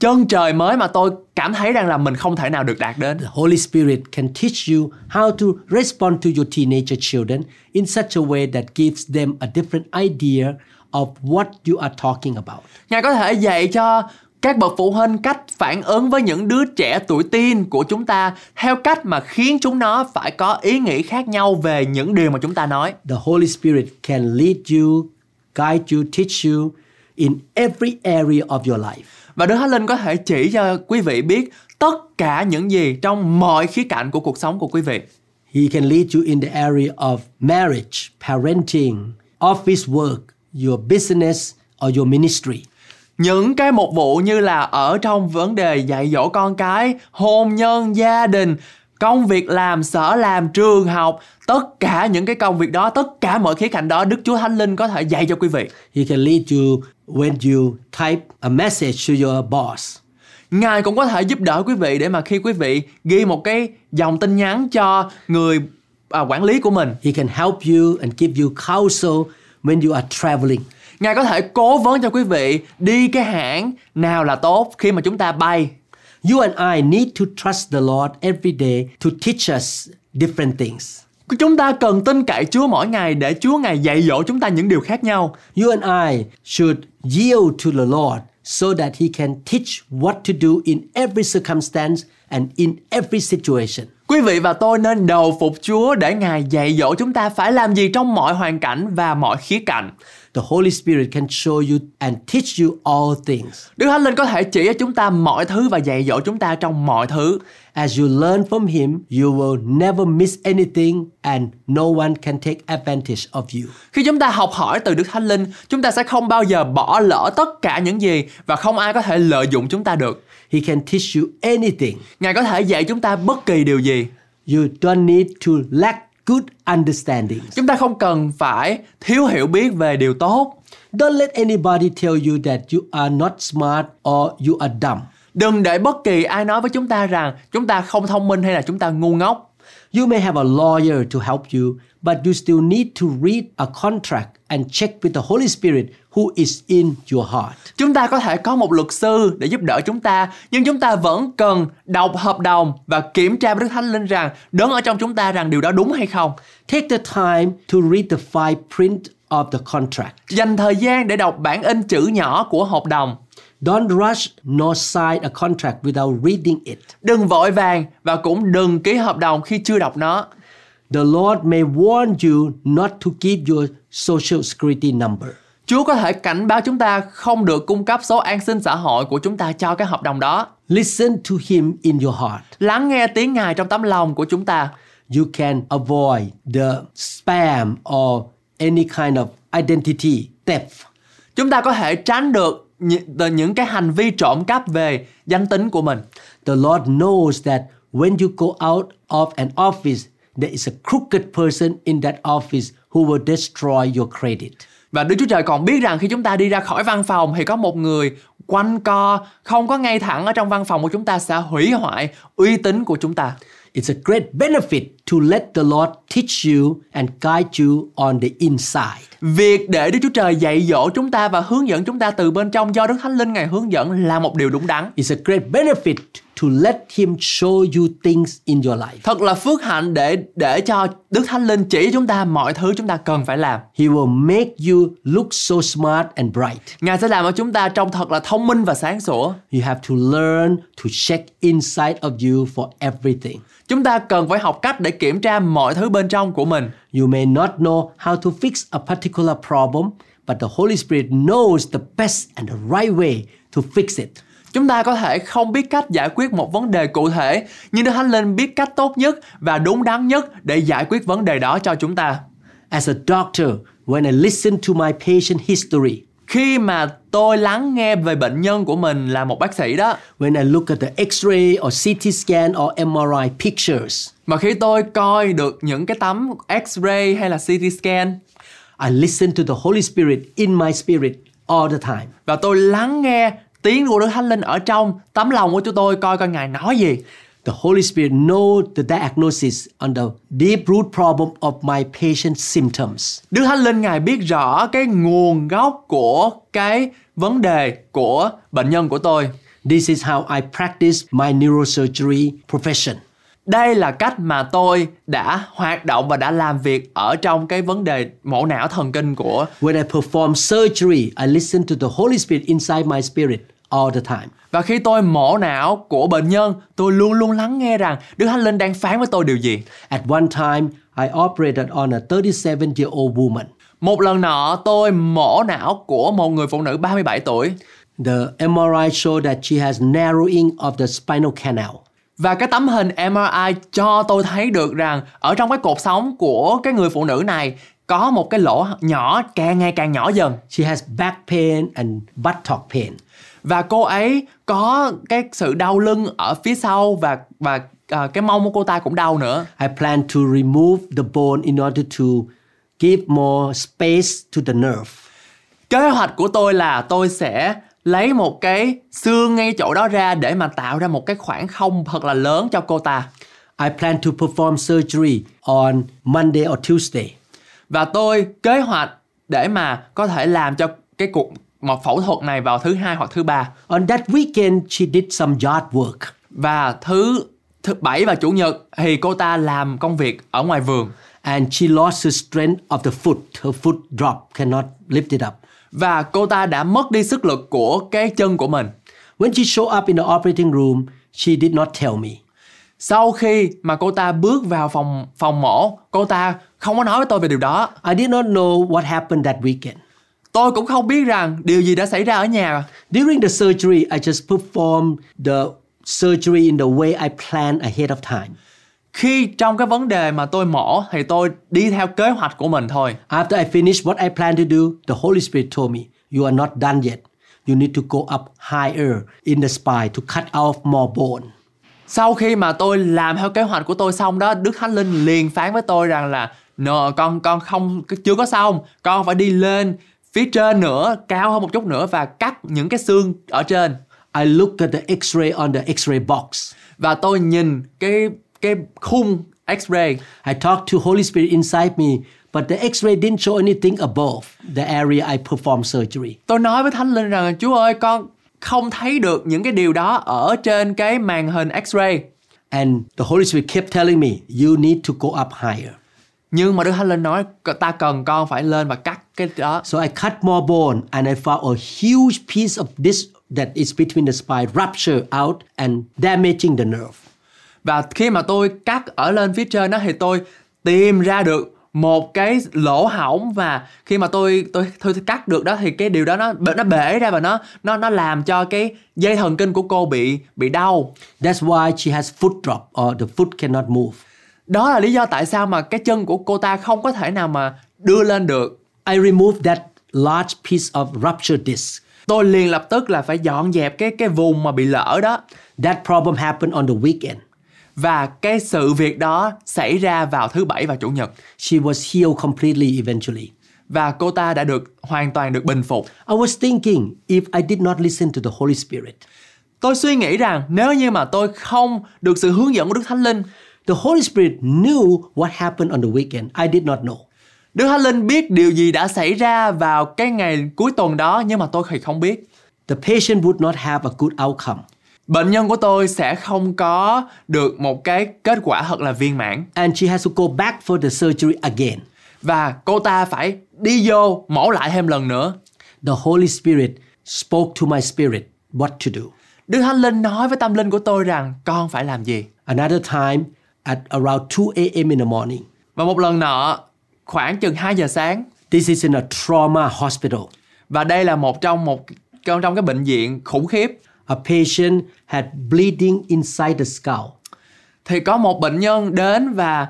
Speaker 2: chân trời mới mà tôi cảm thấy rằng là mình không thể nào được đạt đến
Speaker 1: The Holy Spirit can teach you how to respond to your teenager children in such a way that gives them a different idea of what you are talking about.
Speaker 2: ngài có thể dạy cho các bậc phụ huynh cách phản ứng với những đứa trẻ tuổi teen của chúng ta theo cách mà khiến chúng nó phải có ý nghĩ khác nhau về những điều mà chúng ta nói.
Speaker 1: The Holy Spirit can lead you, guide you, teach you in every area of your life.
Speaker 2: Và Đức Thánh Linh có thể chỉ cho quý vị biết tất cả những gì trong mọi khía cạnh của cuộc sống của quý vị.
Speaker 1: He can lead you in the area of marriage, parenting, office work, your business, or your ministry.
Speaker 2: Những cái một vụ như là ở trong vấn đề dạy dỗ con cái, hôn nhân, gia đình, công việc làm, sở làm, trường học, tất cả những cái công việc đó, tất cả mọi khía cạnh đó Đức Chúa Thánh Linh có thể dạy cho quý vị.
Speaker 1: He can lead you when you type a message to your boss.
Speaker 2: Ngài cũng có thể giúp đỡ quý vị để mà khi quý vị ghi một cái dòng tin nhắn cho người à, quản lý của mình.
Speaker 1: He can help you and give you counsel when you are traveling.
Speaker 2: Ngài có thể cố vấn cho quý vị đi cái hãng nào là tốt khi mà chúng ta bay.
Speaker 1: You and I need to trust the Lord every day to teach us different things.
Speaker 2: Chúng ta cần tin cậy Chúa mỗi ngày để Chúa Ngài dạy dỗ chúng ta những điều khác nhau.
Speaker 1: You and I should yield to the Lord so that He can teach what to do in every circumstance and in every situation.
Speaker 2: Quý vị và tôi nên đầu phục Chúa để Ngài dạy dỗ chúng ta phải làm gì trong mọi hoàn cảnh và mọi khía cạnh.
Speaker 1: The Holy Spirit can show you and teach you all things.
Speaker 2: Đức Thánh Linh có thể chỉ cho chúng ta mọi thứ và dạy dỗ chúng ta trong mọi thứ.
Speaker 1: As you learn from Him, you will never miss anything and no one can take advantage of you.
Speaker 2: Khi chúng ta học hỏi từ Đức Thánh Linh, chúng ta sẽ không bao giờ bỏ lỡ tất cả những gì và không ai có thể lợi dụng chúng ta được.
Speaker 1: He can teach you anything.
Speaker 2: Ngài có thể dạy chúng ta bất kỳ điều gì.
Speaker 1: You don't need to lack good understanding.
Speaker 2: Chúng ta không cần phải thiếu hiểu biết về điều tốt.
Speaker 1: Don't let anybody tell you that you are not smart or you are dumb.
Speaker 2: Đừng để bất kỳ ai nói với chúng ta rằng chúng ta không thông minh hay là chúng ta ngu ngốc.
Speaker 1: You may have a lawyer to help you, but you still need to read a contract and check with the Holy Spirit who is in your heart.
Speaker 2: Chúng ta có thể có một luật sư để giúp đỡ chúng ta, nhưng chúng ta vẫn cần đọc hợp đồng và kiểm tra với Đức Thánh Linh rằng đứng ở trong chúng ta rằng điều đó đúng hay không.
Speaker 1: Take the time to read the fine print of the contract.
Speaker 2: Dành thời gian để đọc bản in chữ nhỏ của hợp đồng.
Speaker 1: Don't rush nor sign a contract without reading it.
Speaker 2: Đừng vội vàng và cũng đừng ký hợp đồng khi chưa đọc nó.
Speaker 1: The Lord may warn you not to give your social security number.
Speaker 2: Chúa có thể cảnh báo chúng ta không được cung cấp số an sinh xã hội của chúng ta cho cái hợp đồng đó.
Speaker 1: Listen to Him in your heart.
Speaker 2: Lắng nghe tiếng Ngài trong tấm lòng của chúng ta.
Speaker 1: You can avoid the spam or any kind of identity theft.
Speaker 2: Chúng ta có thể tránh được nhi- từ những cái hành vi trộm cắp về danh tính của mình.
Speaker 1: The Lord knows that when you go out of an office, there is a crooked person in that office who will destroy your credit.
Speaker 2: Và Đức Chúa Trời còn biết rằng khi chúng ta đi ra khỏi văn phòng thì có một người quanh co, không có ngay thẳng ở trong văn phòng của chúng ta sẽ hủy hoại uy tín của chúng ta.
Speaker 1: It's a great benefit to let the Lord teach you and guide you on the inside.
Speaker 2: Việc để Đức Chúa Trời dạy dỗ chúng ta và hướng dẫn chúng ta từ bên trong do Đức Thánh Linh Ngài hướng dẫn là một điều đúng đắn.
Speaker 1: It's a great benefit to let Him show you things in your life.
Speaker 2: Thật là phước hạnh để để cho Đức Thánh Linh chỉ chúng ta mọi thứ chúng ta cần phải làm.
Speaker 1: He will make you look so smart and bright.
Speaker 2: Ngài sẽ làm cho chúng ta trông thật là thông minh và sáng sủa.
Speaker 1: You have to learn to check inside of you for everything.
Speaker 2: Chúng ta cần phải học cách để kiểm tra mọi thứ bên trong của mình.
Speaker 1: You may not know how to fix a particular problem, but the Holy Spirit knows the best and the right way to fix it.
Speaker 2: Chúng ta có thể không biết cách giải quyết một vấn đề cụ thể, nhưng Đức Thánh Linh biết cách tốt nhất và đúng đắn nhất để giải quyết vấn đề đó cho chúng ta.
Speaker 1: As a doctor, when I listen to my patient history,
Speaker 2: Khi mà tôi lắng nghe về bệnh nhân của mình là một bác sĩ đó,
Speaker 1: when I look at the x ray or CT scan or MRI pictures,
Speaker 2: mà khi tôi coi được những cái tấm X-ray hay là CT scan
Speaker 1: I listen to the Holy Spirit in my spirit all the time.
Speaker 2: và tôi lắng nghe tiếng của Đức Thánh Linh ở trong tấm lòng của chúng tôi coi coi Ngài nói gì.
Speaker 1: The Holy Spirit knows the diagnosis on the deep root problem of my patient's symptoms.
Speaker 2: Đức Thánh Linh Ngài biết rõ cái nguồn gốc của cái vấn đề của bệnh nhân của tôi.
Speaker 1: This is how I practice my neurosurgery profession.
Speaker 2: Đây là cách mà tôi đã hoạt động và đã làm việc ở trong cái vấn đề mổ não thần kinh của
Speaker 1: When I perform surgery, I listen to the Holy Spirit inside my spirit all the time.
Speaker 2: Và khi tôi mổ não của bệnh nhân, tôi luôn luôn lắng nghe rằng Đức Thánh Linh đang phán với tôi điều gì.
Speaker 1: At one time, I operated on a 37 year old woman.
Speaker 2: Một lần nọ, tôi mổ não của một người phụ nữ 37 tuổi
Speaker 1: The MRI showed that she has narrowing of the spinal canal.
Speaker 2: và cái tấm hình MRI cho tôi thấy được rằng ở trong cái cột sống của cái người phụ nữ này có một cái lỗ nhỏ càng ngày càng nhỏ dần
Speaker 1: She has back pain and buttock pain.
Speaker 2: và cô ấy có cái sự đau lưng ở phía sau và và à, cái mông của cô ta cũng đau nữa
Speaker 1: I plan to remove the bone in order to give more space to the nerve.
Speaker 2: kế hoạch của tôi là tôi sẽ lấy một cái xương ngay chỗ đó ra để mà tạo ra một cái khoảng không thật là lớn cho cô ta
Speaker 1: I plan to perform surgery on Monday or Tuesday.
Speaker 2: và tôi kế hoạch để mà có thể làm cho cái cuộc một phẫu thuật này vào thứ hai hoặc thứ ba
Speaker 1: On that weekend, she did some yard work.
Speaker 2: và thứ thứ bảy và chủ nhật thì cô ta làm công việc ở ngoài vườn
Speaker 1: and she lost the strength of the foot. Her foot dropped, cannot lift it up.
Speaker 2: và cô ta đã mất đi sức lực của cái chân của mình
Speaker 1: When she showed up in the operating room, she did not tell me.
Speaker 2: sau khi mà cô ta bước vào phòng phòng mổ cô ta không có nói với tôi về điều đó
Speaker 1: I did not know what happened that weekend.
Speaker 2: tôi cũng không biết rằng điều gì đã xảy ra ở nhà
Speaker 1: During the surgery, I just performed the surgery in the way I planned ahead of time.
Speaker 2: khi trong cái vấn đề mà tôi mổ thì tôi đi theo kế hoạch của mình thôi
Speaker 1: After I finished what I planned to do, the Holy Spirit told me, You are not done yet. You need to go up higher in the spine to cut off more bone.
Speaker 2: sau khi mà tôi làm theo kế hoạch của tôi xong đó đức thánh linh liền phán với tôi rằng là no con con không chưa có xong con phải đi lên phía trên nữa cao hơn một chút nữa và cắt những cái xương ở trên
Speaker 1: I looked at the x ray on the x ray box.
Speaker 2: và tôi nhìn cái cái khung x-ray
Speaker 1: I talked to Holy Spirit inside me, but the x-ray didn't show anything above the area I performed surgery.
Speaker 2: tôi nói với thánh linh rằng chúa ơi con không thấy được những cái điều đó ở trên cái màn hình x-ray
Speaker 1: And the Holy Spirit kept telling me, you need to go up higher.
Speaker 2: nhưng mà đức thánh linh nói ta cần con phải lên và cắt cái đó
Speaker 1: So I cut more bone and I found a huge piece of this that is between the spine rupture out and damaging the nerve.
Speaker 2: Và khi mà tôi cắt ở lên phía trên đó thì tôi tìm ra được một cái lỗ hổng và khi mà tôi tôi tôi cắt được đó thì cái điều đó nó nó bể ra và nó nó nó làm cho cái dây thần kinh của cô bị bị đau.
Speaker 1: That's why she has foot drop or the foot cannot move.
Speaker 2: Đó là lý do tại sao mà cái chân của cô ta không có thể nào mà đưa lên được.
Speaker 1: I removed that large piece of ruptured disc.
Speaker 2: Tôi liền lập tức là phải dọn dẹp cái cái vùng mà bị lỡ đó.
Speaker 1: That problem happened on the weekend.
Speaker 2: Và cái sự việc đó xảy ra vào thứ bảy và chủ nhật
Speaker 1: She was healed completely eventually.
Speaker 2: và cô ta đã được hoàn toàn được bình phục.
Speaker 1: I was thinking if I did not listen to the Holy Spirit.
Speaker 2: Tôi suy nghĩ rằng nếu như mà tôi không được sự hướng dẫn của Đức Thánh Linh,
Speaker 1: The Holy Spirit knew what happened on the weekend. I did not know.
Speaker 2: Đức Thánh Linh biết điều gì đã xảy ra vào cái ngày cuối tuần đó nhưng mà tôi thì không biết.
Speaker 1: The patient would not have a good outcome.
Speaker 2: Bệnh nhân của tôi sẽ không có được một cái kết quả thật là viên mãn
Speaker 1: And she has to go back for the surgery again.
Speaker 2: và cô ta phải đi vô mổ lại thêm lần nữa.
Speaker 1: The Holy Spirit spoke to my spirit what to do.
Speaker 2: Đức Thánh Linh nói với tâm linh của tôi rằng con phải làm gì.
Speaker 1: Another time at around 2 a.m. in the morning.
Speaker 2: Và một lần nọ khoảng chừng 2 giờ sáng
Speaker 1: This is in a trauma hospital.
Speaker 2: và đây là một trong một trong trong cái bệnh viện khủng khiếp
Speaker 1: A patient had bleeding inside the skull.
Speaker 2: thì có một bệnh nhân đến và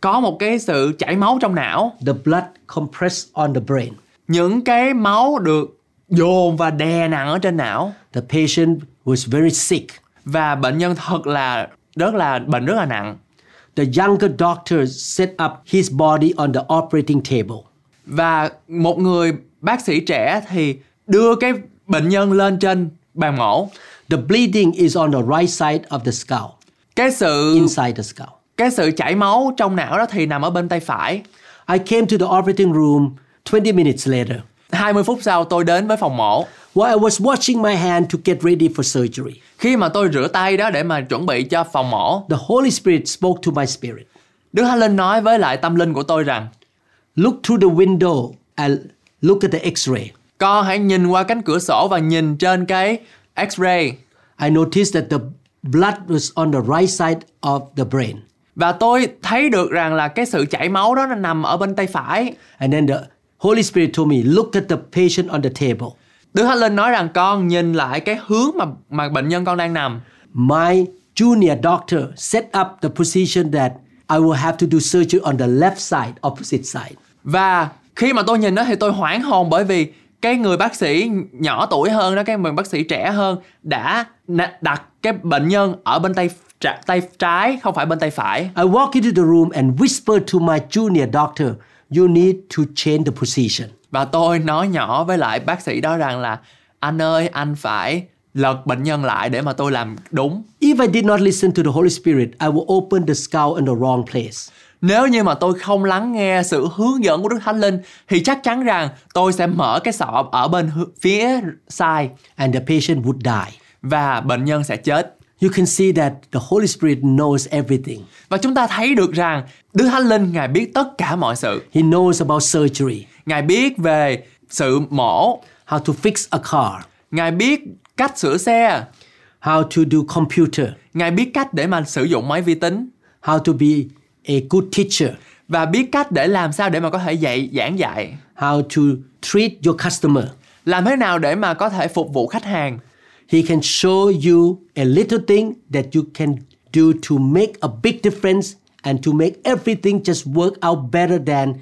Speaker 2: có một cái sự chảy máu trong não
Speaker 1: The blood compressed on the brain.
Speaker 2: những cái máu được dồn và đè nặng ở trên não
Speaker 1: The patient was very sick.
Speaker 2: và bệnh nhân thật là rất là bệnh rất là nặng
Speaker 1: The younger doctor set up his body on the operating table.
Speaker 2: và một người bác sĩ trẻ thì đưa cái bệnh nhân lên trên bàn mổ
Speaker 1: The bleeding is on the right side of the skull,
Speaker 2: cái sự
Speaker 1: inside the skull.
Speaker 2: cái sự chảy máu trong não đó thì nằm ở bên tay phải
Speaker 1: I came to the operating room 20 minutes later.
Speaker 2: 20 phút sau tôi đến với phòng mổ
Speaker 1: While I was washing my hand to get ready for surgery,
Speaker 2: khi mà tôi rửa tay đó để mà chuẩn bị cho phòng mổ
Speaker 1: the Holy Spirit spoke to my spirit.
Speaker 2: Đức Thánh Linh nói với lại tâm linh của tôi rằng
Speaker 1: Look through the window and look at the x ray.
Speaker 2: Con hãy nhìn qua cánh cửa sổ và nhìn trên cái X-ray
Speaker 1: I noticed that the blood was on the right side of the brain.
Speaker 2: và tôi thấy được rằng là cái sự chảy máu đó nó nằm ở bên tay phải.
Speaker 1: And then the Holy Spirit told me, look at the patient on the table.
Speaker 2: Đức Thánh Linh nói rằng con nhìn lại cái hướng mà mà bệnh nhân con đang nằm.
Speaker 1: My junior doctor set up the position that I will have to do surgery on the left side, opposite side.
Speaker 2: Và khi mà tôi nhìn đó thì tôi hoảng hồn bởi vì cái người bác sĩ nhỏ tuổi hơn đó, cái người bác sĩ trẻ hơn đã na- đặt cái bệnh nhân ở bên tay tra- tay trái không phải bên tay phải.
Speaker 1: I walk into the room and whisper to my junior doctor, you need to change the position.
Speaker 2: Và tôi nói nhỏ với lại bác sĩ đó rằng là anh ơi anh phải lật bệnh nhân lại để mà tôi làm đúng.
Speaker 1: If I did not listen to the Holy Spirit, I will open the skull in the wrong place.
Speaker 2: Nếu như mà tôi không lắng nghe sự hướng dẫn của Đức Thánh Linh thì chắc chắn rằng tôi sẽ mở cái sọ ở bên hư- phía sai
Speaker 1: and the patient would die.
Speaker 2: và bệnh nhân sẽ chết.
Speaker 1: You can see that the Holy Spirit knows everything.
Speaker 2: Và chúng ta thấy được rằng Đức Thánh Linh Ngài biết tất cả mọi sự.
Speaker 1: He knows about surgery,
Speaker 2: Ngài biết về sự mổ,
Speaker 1: how to fix a car,
Speaker 2: Ngài biết cách sửa xe,
Speaker 1: how to do computer,
Speaker 2: Ngài biết cách để mà sử dụng máy vi tính
Speaker 1: how to be a good teacher,
Speaker 2: và biết cách để làm sao để mà có thể dạy giảng dạy,
Speaker 1: how to treat your customer.
Speaker 2: làm thế nào để mà có thể phục vụ khách hàng.
Speaker 1: He can show you a little thing that you can do to make a big difference and to make everything just work out better than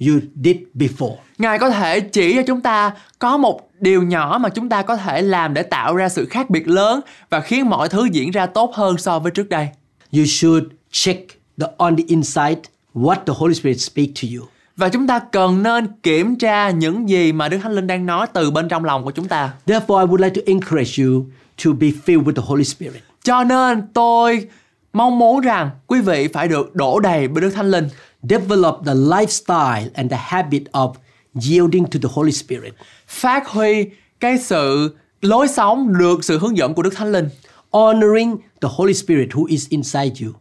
Speaker 1: you did before.
Speaker 2: Ngài có thể chỉ cho chúng ta có một điều nhỏ mà chúng ta có thể làm để tạo ra sự khác biệt lớn và khiến mọi thứ diễn ra tốt hơn so với trước đây.
Speaker 1: You should check the on the inside what the Holy Spirit speak to you.
Speaker 2: Và chúng ta cần nên kiểm tra những gì mà Đức Thánh Linh đang nói từ bên trong lòng của chúng ta.
Speaker 1: Therefore, I would like to encourage you to be filled with the Holy Spirit.
Speaker 2: Cho nên tôi mong muốn rằng quý vị phải được đổ đầy bởi Đức Thánh Linh
Speaker 1: Develop the lifestyle and the habit of yielding to the Holy Spirit.
Speaker 2: phát huy cái sự lối sống được sự hướng dẫn của Đức Thánh Linh
Speaker 1: Honoring the Holy Spirit who is inside you.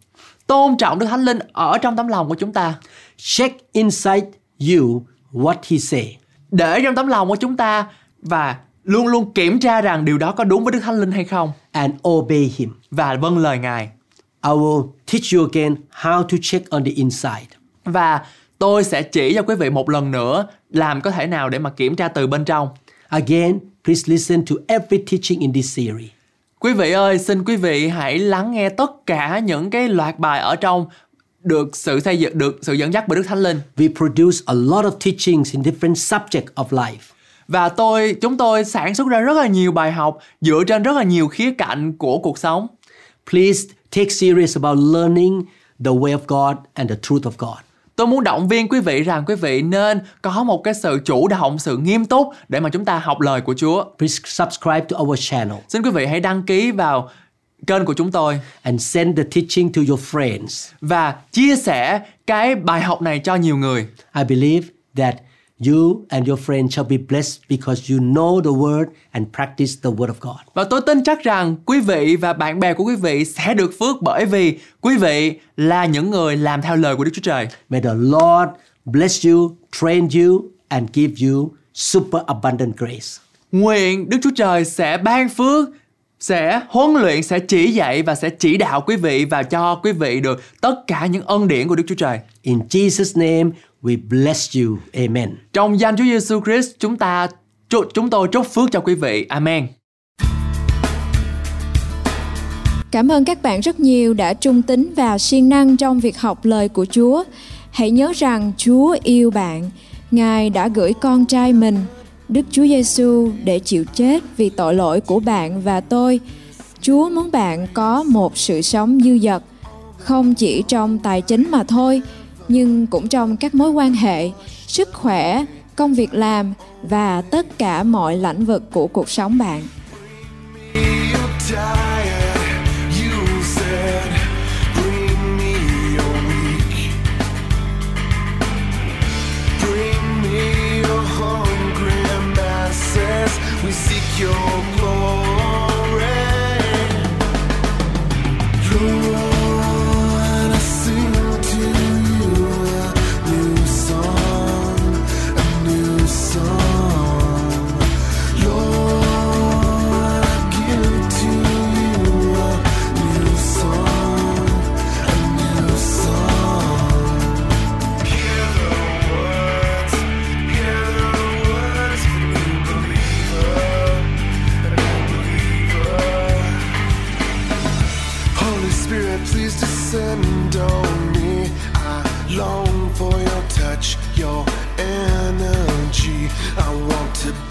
Speaker 2: tôn trọng Đức Thánh Linh ở trong tấm lòng của chúng ta
Speaker 1: Check inside you what he say.
Speaker 2: để trong tấm lòng của chúng ta và luôn luôn kiểm tra rằng điều đó có đúng với Đức Thánh Linh hay không
Speaker 1: and obey him.
Speaker 2: và vâng lời Ngài
Speaker 1: I will teach you again how to check on the inside.
Speaker 2: và tôi sẽ chỉ cho quý vị một lần nữa làm có thể nào để mà kiểm tra từ bên trong
Speaker 1: Again, please listen to every teaching in this series.
Speaker 2: Quý vị ơi, xin quý vị hãy lắng nghe tất cả những cái loạt bài ở trong được sự xây dựng được sự dẫn dắt bởi Đức Thánh Linh.
Speaker 1: We produce a lot of teachings in different subject of life.
Speaker 2: Và tôi chúng tôi sản xuất ra rất là nhiều bài học dựa trên rất là nhiều khía cạnh của cuộc sống.
Speaker 1: Please take serious about learning the way of God and the truth of God.
Speaker 2: Tôi muốn động viên quý vị rằng quý vị nên có một cái sự chủ động, sự nghiêm túc để mà chúng ta học lời của Chúa.
Speaker 1: Please subscribe to our channel
Speaker 2: Xin quý vị hãy đăng ký vào kênh của chúng tôi
Speaker 1: and send the teaching to your friends.
Speaker 2: và chia sẻ cái bài học này cho nhiều người.
Speaker 1: I believe that you and your friends shall be blessed because you know the word and practice the word of God.
Speaker 2: Và tôi tin chắc rằng quý vị và bạn bè của quý vị sẽ được phước bởi vì quý vị là những người làm theo lời của Đức Chúa Trời.
Speaker 1: May the Lord bless you, train you, and give you super abundant grace.
Speaker 2: Nguyện Đức Chúa Trời sẽ ban phước, sẽ huấn luyện, sẽ chỉ dạy và sẽ chỉ đạo quý vị và cho quý vị được tất cả những ân điển của Đức Chúa Trời.
Speaker 1: In Jesus' name, we bless you. Amen.
Speaker 2: Trong danh Chúa Giêsu Christ, chúng ta chu- chúng tôi chúc phước cho quý vị. Amen.
Speaker 3: Cảm ơn các bạn rất nhiều đã trung tín và siêng năng trong việc học lời của Chúa. Hãy nhớ rằng Chúa yêu bạn. Ngài đã gửi con trai mình, Đức Chúa Giêsu để chịu chết vì tội lỗi của bạn và tôi. Chúa muốn bạn có một sự sống dư dật, không chỉ trong tài chính mà thôi, nhưng cũng trong các mối quan hệ, sức khỏe, công việc làm và tất cả mọi lĩnh vực của cuộc sống bạn.
Speaker 4: You're tired, you said, bring me your weak. Bring me your hungry masses. We seek your glory. Lord, I sing to you a new song, a new song. Lord, I give I want to